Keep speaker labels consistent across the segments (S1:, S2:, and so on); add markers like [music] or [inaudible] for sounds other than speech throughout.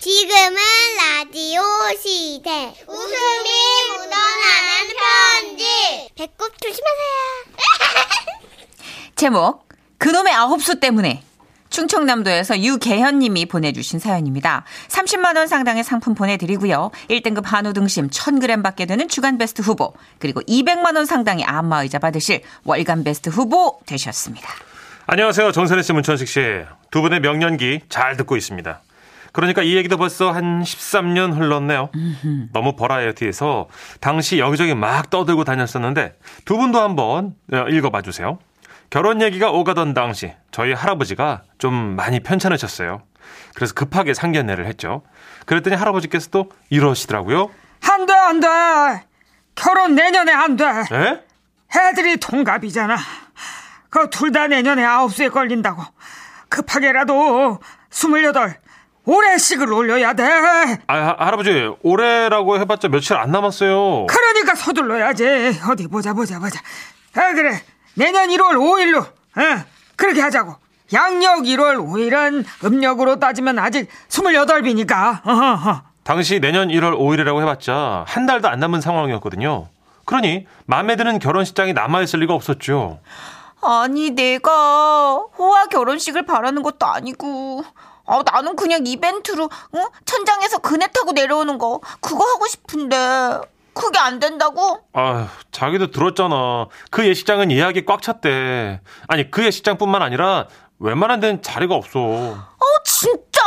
S1: 지금은 라디오 시대. 웃음이 묻어나는 편지. 배꼽 조심하세요.
S2: 제목 그놈의 아홉수 때문에 충청남도에서 유계현님이 보내주신 사연입니다. 30만 원 상당의 상품 보내드리고요. 1등급 한우 등심 1,000g 받게 되는 주간 베스트 후보 그리고 200만 원 상당의 안마의자 받으실 월간 베스트 후보 되셨습니다.
S3: 안녕하세요. 정선혜 씨, 문천식 씨. 두 분의 명년기 잘 듣고 있습니다. 그러니까 이 얘기도 벌써 한 13년 흘렀네요. 너무 버라이어티해서 당시 여기저기 막 떠들고 다녔었는데 두 분도 한번 어, 읽어봐 주세요. 결혼 얘기가 오가던 당시 저희 할아버지가 좀 많이 편찮으셨어요. 그래서 급하게 상견례를 했죠. 그랬더니 할아버지께서 또 이러시더라고요.
S4: 안 돼, 안 돼. 결혼 내년에 안 돼.
S3: 에?
S4: 애들이 동갑이잖아. 그 둘 다 내년에 아홉 수에 걸린다고. 급하게라도 스물여덟 올해식을 올려야 돼.
S3: 아, 하- 할아버지, 올해라고 해봤자 며칠 안 남았어요.
S4: 그러니까 서둘러야지. 어디 보자, 보자, 보자. 아 그래. 내년 1월 5일로. 응. 그렇게 하자고. 양력 1월 5일은 음력으로 따지면 아직 28이니까. 어허허.
S3: 당시 내년 1월 5일이라고 해봤자 한 달도 안 남은 상황이었거든요. 그러니 마음에 드는 결혼식장이 남아있을 리가 없었죠.
S2: 아니 내가 호화 결혼식을 바라는 것도 아니고 아, 나는 그냥 이벤트로 어? 천장에서 그네 타고 내려오는 거 그거 하고 싶은데 그게 안 된다고?
S3: 아, 자기도 들었잖아. 그 예식장은 예약이 꽉 찼대. 아니, 그 예식장뿐만 아니라 웬만한 데는 자리가 없어.
S2: 어 진짜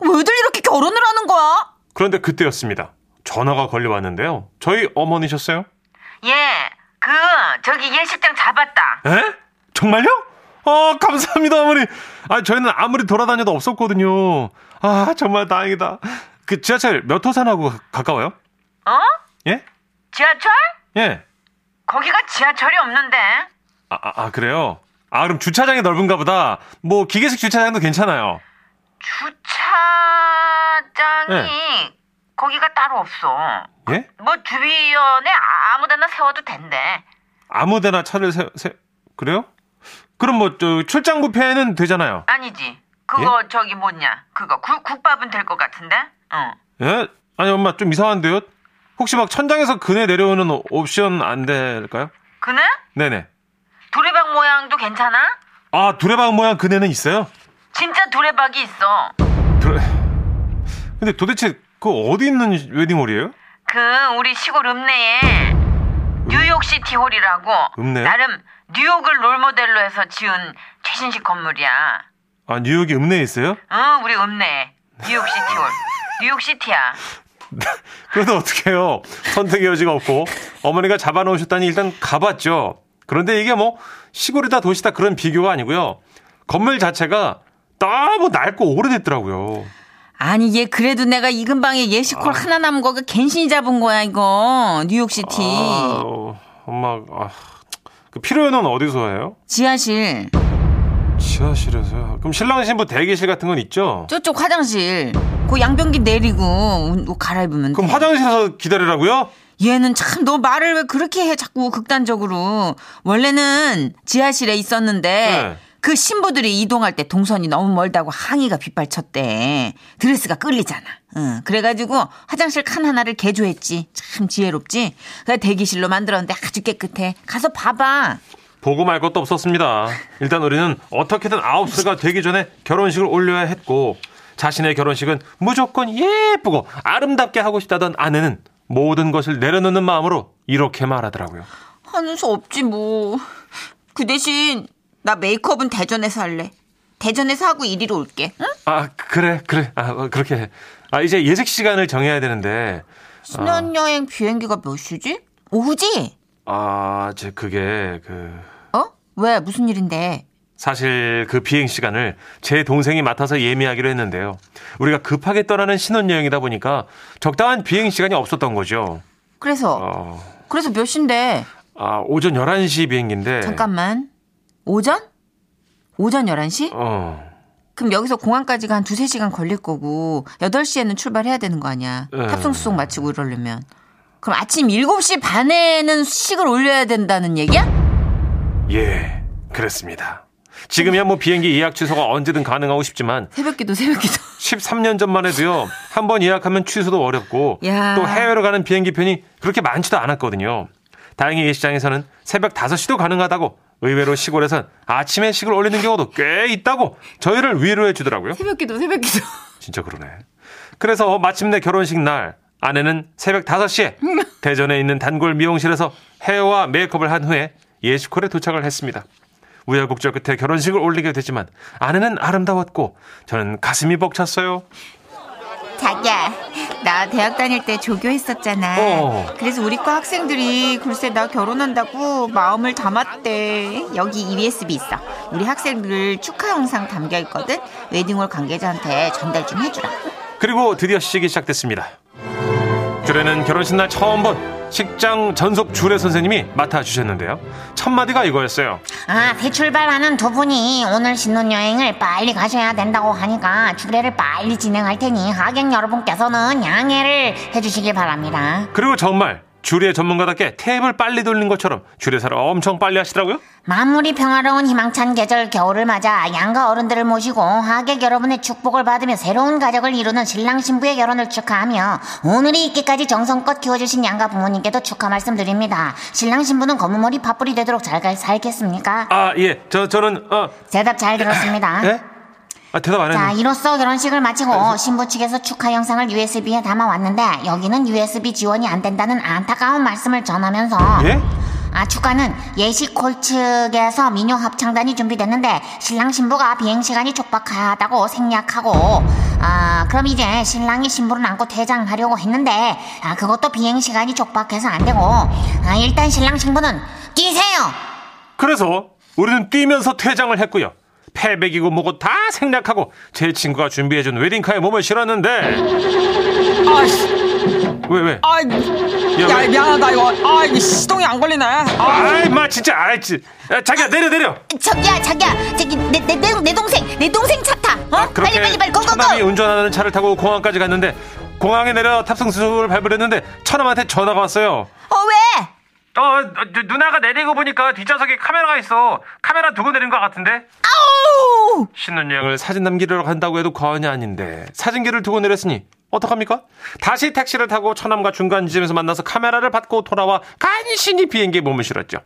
S2: 왜들 이렇게 결혼을 하는 거야?
S3: 그런데 그때였습니다. 전화가 걸려왔는데요. 저희 어머니셨어요?
S5: 예, 그 저기 예식장 잡았다.
S3: 에? 정말요? 어, 감사합니다, 어머니. 아, 저희는 아무리 돌아다녀도 없었거든요. 아, 정말 다행이다. 그 지하철 몇 호선하고 가- 가까워요?
S5: 어?
S3: 예?
S5: 지하철?
S3: 예.
S5: 거기가 지하철이 없는데.
S3: 아, 아, 아, 그래요? 아, 그럼 주차장이 넓은가 보다. 뭐, 기계식 주차장도 괜찮아요.
S5: 주차장이 거기가 따로 없어.
S3: 예?
S5: 뭐 주변에 아- 아무데나 세워도 된대.
S3: 아무 데나 차를 세, 세, 그래요? 그럼 뭐, 저, 출장 부페는 되잖아요.
S5: 아니지. 그거 저기 뭐냐? 그거 국, 국밥은 될 것 같은데. 어. 응.
S3: 예? 아니, 엄마, 좀 이상한데요? 혹시 막 천장에서 그네 내려오는 오- 옵션 안 될까요?
S5: 그네?
S3: 네네.
S5: 두레박 모양도 괜찮아?
S3: 아, 두레박 모양 그네는 있어요?
S5: 진짜 두레박이 있어.
S3: 두레... 근데 도대체 그 어디 있는 웨딩홀이에요?
S5: 그 우리 시골 읍내에 뉴욕시티 홀이라고
S3: 음. 읍내?
S5: 나름 뉴욕을 롤모델로 해서 지은 최신식 건물이야.
S3: 아, 뉴욕이 읍내에 있어요?
S5: 응, 우리 읍내 뉴욕시티
S3: [laughs]
S5: 홀. 뉴욕시티야.
S3: 그래도 어떡해요. 선택의 여지가 없고 어머니가 잡아놓으셨다니 일단 가봤죠. 그런데 이게 뭐 시골이다 도시다 그런 비교가 아니고요. 건물 자체가 너무 낡고 오래됐더라고요.
S2: 아니 얘 그래도 내가 이 근방에 예식홀
S3: 아.
S2: 하나 남은 거가 갱신이 잡은 거야 이거 뉴욕시티
S3: 아, 어, 엄마, 아, 그 필요는 어디서 해요?
S2: 지하실
S3: 지하실에서요. 그럼 신랑 신부 대기실 같은 건 있죠?
S2: 저쪽 화장실 그 양변기 내리고 옷 갈아입으면
S3: 그럼
S2: 돼.
S3: 화장실에서 기다리라고요?
S2: 얘는 참 너 말을 왜 그렇게 해 자꾸 극단적으로 원래는 지하실에 있었는데
S3: 네.
S2: 그 신부들이 이동할 때 동선이 너무 멀다고 항의가 빗발쳤대 드레스가 끌리잖아 응. 그래가지고 화장실 칸 하나를 개조했지 참 지혜롭지 그래 대기실로 만들었는데 아주 깨끗해 가서 봐봐
S3: 보고 말 것도 없었습니다. 일단 우리는 어떻게든 아홉스가 되기 전에 결혼식을 올려야 했고 자신의 결혼식은 무조건 예쁘고 아름답게 하고 싶다던 아내는 모든 것을 내려놓는 마음으로 이렇게 말하더라고요.
S2: 하는 아, 수 없지 뭐 그 대신 나 메이크업은 대전에서 할래 대전에서 하고 이리로 올게 응?
S3: 아 그래 그래 아 어, 그렇게 해. 아 이제 예식 시간을 정해야 되는데
S2: 신혼여행 비행기가 몇 시지? 오후지?
S3: 아제 그게 그
S2: 어? 왜? 무슨 일인데?
S3: 사실 그 비행 시간을 제 동생이 맡아서 예매하기로 했는데요. 우리가 급하게 떠나는 신혼여행이다 보니까 적당한 비행 시간이 없었던 거죠.
S2: 그래서,
S3: 어.
S2: 그래서 몇 시인데?
S3: 아, 오전 11시 비행기인데.
S2: 잠깐만. 오전? 오전 11시?
S3: 어.
S2: 그럼 여기서 공항까지가 한 두세 시간 걸릴 거고, 8시에는 출발해야 되는 거 아니야.
S3: 예.
S2: 탑승수속 마치고 이러려면. 그럼 아침 7시 반에는 식을 올려야 된다는 얘기야?
S3: 예. 그렇습니다. 지금이야 뭐 비행기 예약 취소가 언제든 가능하고 싶지만
S2: 새벽 기도, [laughs] 새벽 기도.
S3: 13년 전만 해도요. 한 번 예약하면 취소도 어렵고
S6: 야.
S3: 또 해외로 가는 비행기 편이 그렇게 많지도 않았거든요. 다행히 이 시장에서는 새벽 5시도 가능하다고 의외로 시골에선 아침에 식을 올리는 경우도 꽤 있다고 저희를 위로해 주더라고요.
S6: 새벽기도 새벽기도.
S3: 진짜 그러네. 그래서 마침내 결혼식 날 아내는 새벽 5시에 대전에 있는 단골 미용실에서 헤어와 메이크업을 한 후에 예식홀에 도착을 했습니다. 우여곡절 끝에 결혼식을 올리게 됐지만 아내는 아름다웠고 저는 가슴이 벅찼어요.
S6: 자기야, 나 대학 다닐 때 조교했었잖아.
S3: 어.
S6: 그래서 우리 과 학생들이 글쎄 나 결혼한다고 마음을 담았대. 여기
S2: E
S6: EBSB 있어. 우리 학생들 축하 영상 담겨 있거든. 웨딩홀 관계자한테 전달 좀 해주라.
S3: 그리고 드디어 시식이 시작됐습니다. 줄에는 결혼식 날 처음 본 식장 전속 주례 선생님이 맡아주셨는데요. 첫 마디가 이거였어요.
S7: 아, 새 출발하는 두 분이 오늘 신혼여행을 빨리 가셔야 된다고 하니까 주례를 빨리 진행할 테니 하객 여러분께서는 양해를 해주시길 바랍니다.
S3: 그리고 정말 주례 전문가답게 탭을 빨리 돌린 것처럼 주례사를 엄청 빨리 하시더라고요.
S7: 마무리 평화로운 희망찬 계절 겨울을 맞아 양가 어른들을 모시고 하객 여러분의 축복을 받으며 새로운 가족을 이루는 신랑 신부의 결혼을 축하하며 오늘이 있기까지 정성껏 키워주신 양가 부모님께도 축하 말씀드립니다. 신랑 신부는 검은 머리 파뿌리 되도록 잘 갈- 살겠습니까?
S3: 아, 예. 저, 저는, 어,
S7: 대답 잘 들었습니다.
S3: 예? 아, 대답 안
S7: 자,
S3: 했는데.
S7: 이로써 결혼식을 마치고 신부 측에서 축하 영상을 USB에 담아왔는데 여기는 USB 지원이 안 된다는 안타까운 말씀을 전하면서
S3: 예?
S7: 아, 축가는 예식홀 측에서 민요 합창단이 준비됐는데 신랑 신부가 비행 시간이 촉박하다고 생략하고 아, 그럼 이제 신랑이 신부를 안고 퇴장하려고 했는데 아, 그것도 비행 시간이 촉박해서 안 되고 아, 일단 신랑 신부는 뛰세요.
S3: 그래서 우리는 뛰면서 퇴장을 했고요. 패백이고 뭐고 다 생략하고 제 친구가 준비해준 웨딩카에 몸을 실었는데.
S4: 아이씨,
S3: 왜, 왜?
S4: 아이, 야,
S3: 왜?
S4: 미안하다, 이거. 아, 이 시동이 안 걸리네. 아,
S3: 아이, 마, 진짜, 아이, 진 야, 자기야, 내려, 내려!
S7: 저기야, 어, 자기야, 저기 내, 내, 내, 내 동생, 내 동생 차 타. 어?
S3: 아,
S7: 빨리 빨리 빨리 고고고.
S3: 처남이 운전하는 차를 타고 공항까지 갔는데 공항에 내려 탑승 수속을 밟으려는데 처남한테 전화가 왔어요.
S7: 어 왜?
S3: 어, 누나가 내리고 보니까 뒷좌석에 카메라가 있어. 카메라 두고 내린 것 같은데? 신혼여행을 사진 남기려고 한다고 해도 과언이 아닌데 사진기를 두고 내렸으니 어떡합니까? 다시 택시를 타고 처남과 중간 지점에서 만나서 카메라를 받고 돌아와 간신히 비행기에 몸을 실었죠.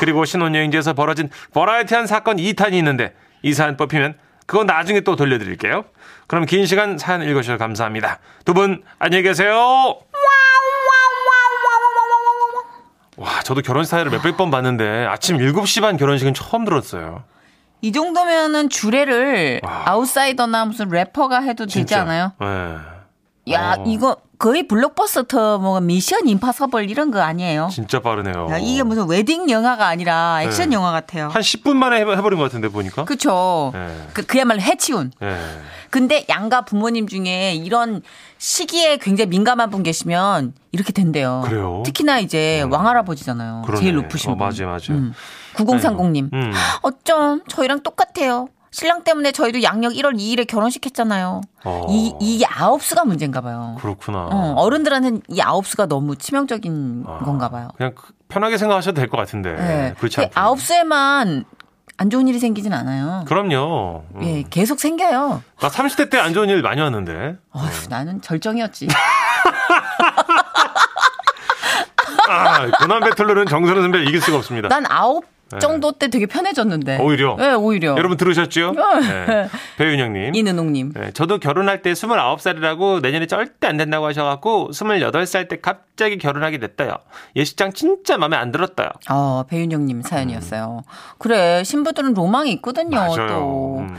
S3: 그리고 신혼여행지에서 벌어진 버라이어티한 사건 2탄이 있는데 이 사안 뽑히면 그건 나중에 또 돌려드릴게요. 그럼 긴 시간 사연 읽어주셔서 감사합니다. 두 분 안녕히 계세요. 와 저도 결혼 사연을 몇백 번 봤는데 아침 7시 반 결혼식은 처음 들었어요.
S2: 이 정도면은 주례를 아웃사이더나 무슨 래퍼가 해도 되지 않아요?
S3: 네.
S2: 야,
S3: 어.
S2: 이거 거의 블록버스터 뭐 미션 임파서블 이런 거 아니에요?
S3: 진짜 빠르네요.
S2: 야, 이게 무슨 웨딩 영화가 아니라 액션
S3: 네.
S2: 영화 같아요.
S3: 한 10분 만에 해버- 해버린 것 같은데 보니까.
S2: 그쵸.
S3: 어? 네.
S2: 그, 그야말로 해치운.
S3: 예.
S2: 근데 양가 부모님 중에 이런 시기에 굉장히 민감한 분 계시면 이렇게 된대요.
S3: 그래요? 음.
S2: 특히나 이제 왕할아버지잖아요.
S3: 그러네.
S2: 제일 높으신
S3: 어,
S2: 분.
S3: 맞아요, 맞아요.
S2: 9030님.
S3: 음.
S2: 어쩜 저희랑 똑같아요. 신랑 때문에 저희도 양력 1월 2일에 결혼식 했잖아요.
S3: 어.
S2: 이, 이게 아홉 수가 문제인가 봐요.
S3: 그렇구나.
S2: 어, 어른들한테는 이 아홉 수가 너무 치명적인
S3: 아,
S2: 건가 봐요.
S3: 그냥 그- 편하게 생각하셔도 될 것 같은데.
S2: 예.
S3: 그렇지
S2: 그
S3: 않
S2: 아홉 수에만 안 좋은 일이 생기진 않아요.
S3: 그럼요. 음.
S2: 예, 계속 생겨요.
S3: 나 30대 때 안 좋은 일 많이 왔는데.
S2: 어휴, 나는 절정이었지.
S3: 네. 아, 고난 배틀로는 정선우 선배를 이길 수가 없습니다.
S2: 난 아홉
S3: 네.
S2: 정도 때 되게 편해졌는데.
S3: 오히려.
S2: 예, 오히려.
S3: 여러분 들으셨죠?
S2: 어.
S3: 네. 배윤영님.
S2: 이는옥님.
S3: 네, 저도 결혼할 때 29살이라고 내년에 절대 안 된다고 하셔갖고 28살 때 갑자기 결혼하게 됐어요. 예식장 진짜 마음에 안 들었어요.
S2: 어, 배윤영님 사연이었어요. 그래, 신부들은 로망이 있거든요, 또.
S3: 음.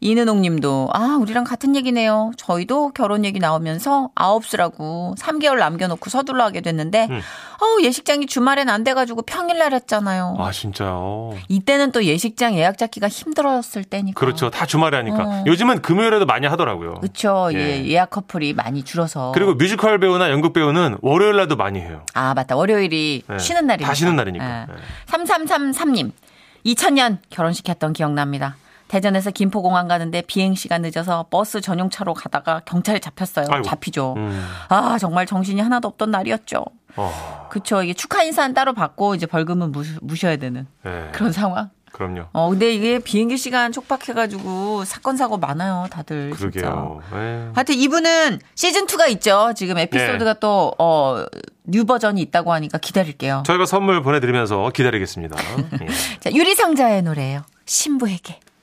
S2: 이는옥 님도, 아, 우리랑 같은 얘기네요. 저희도 결혼 얘기 나오면서 아홉수라고 3개월 남겨놓고 서둘러 하게 됐는데,
S3: 음.
S2: 어우, 예식장이 주말엔 안 돼가지고 평일날 했잖아요.
S3: 아, 진짜요?
S2: 이때는 또 예식장 예약 잡기가 힘들었을 때니까.
S3: 그렇죠. 다 주말에 하니까.
S2: 어.
S3: 요즘은 금요일에도 많이 하더라고요.
S2: 그쵸.
S3: 예.
S2: 예. 예약 커플이 많이 줄어서.
S3: 그리고 뮤지컬 배우나 연극 배우는 월요일 날도 많이 해요.
S2: 아, 맞다. 월요일이
S3: 네.
S2: 쉬는 날이니까.
S3: 다 쉬는 날이니까. 네.
S2: 3333님. 2000년 결혼식 했던 기억납니다. 대전에서 김포공항 가는데 비행시간 늦어서 버스 전용차로 가다가 경찰에 잡혔어요.
S3: 아이고.
S2: 잡히죠.
S3: 음.
S2: 아, 정말 정신이 하나도 없던 날이었죠.
S3: 어.
S2: 그쵸. 이게 축하 인사는 따로 받고 이제 벌금은 무셔야 되는
S3: 네.
S2: 그런 상황.
S3: 그럼요.
S2: 어, 근데 이게 비행기 시간 촉박해가지고 사건, 사고 많아요, 다들. 진짜.
S3: 그러게요. 예.
S2: 하여튼 이분은 시즌2가 있죠. 지금 에피소드가
S3: 네.
S2: 또, 어, 뉴 버전이 있다고 하니까 기다릴게요. [laughs]
S3: 저희가 선물 보내드리면서 기다리겠습니다. 예.
S2: 자, 유리상자의 노래예요 신부에게.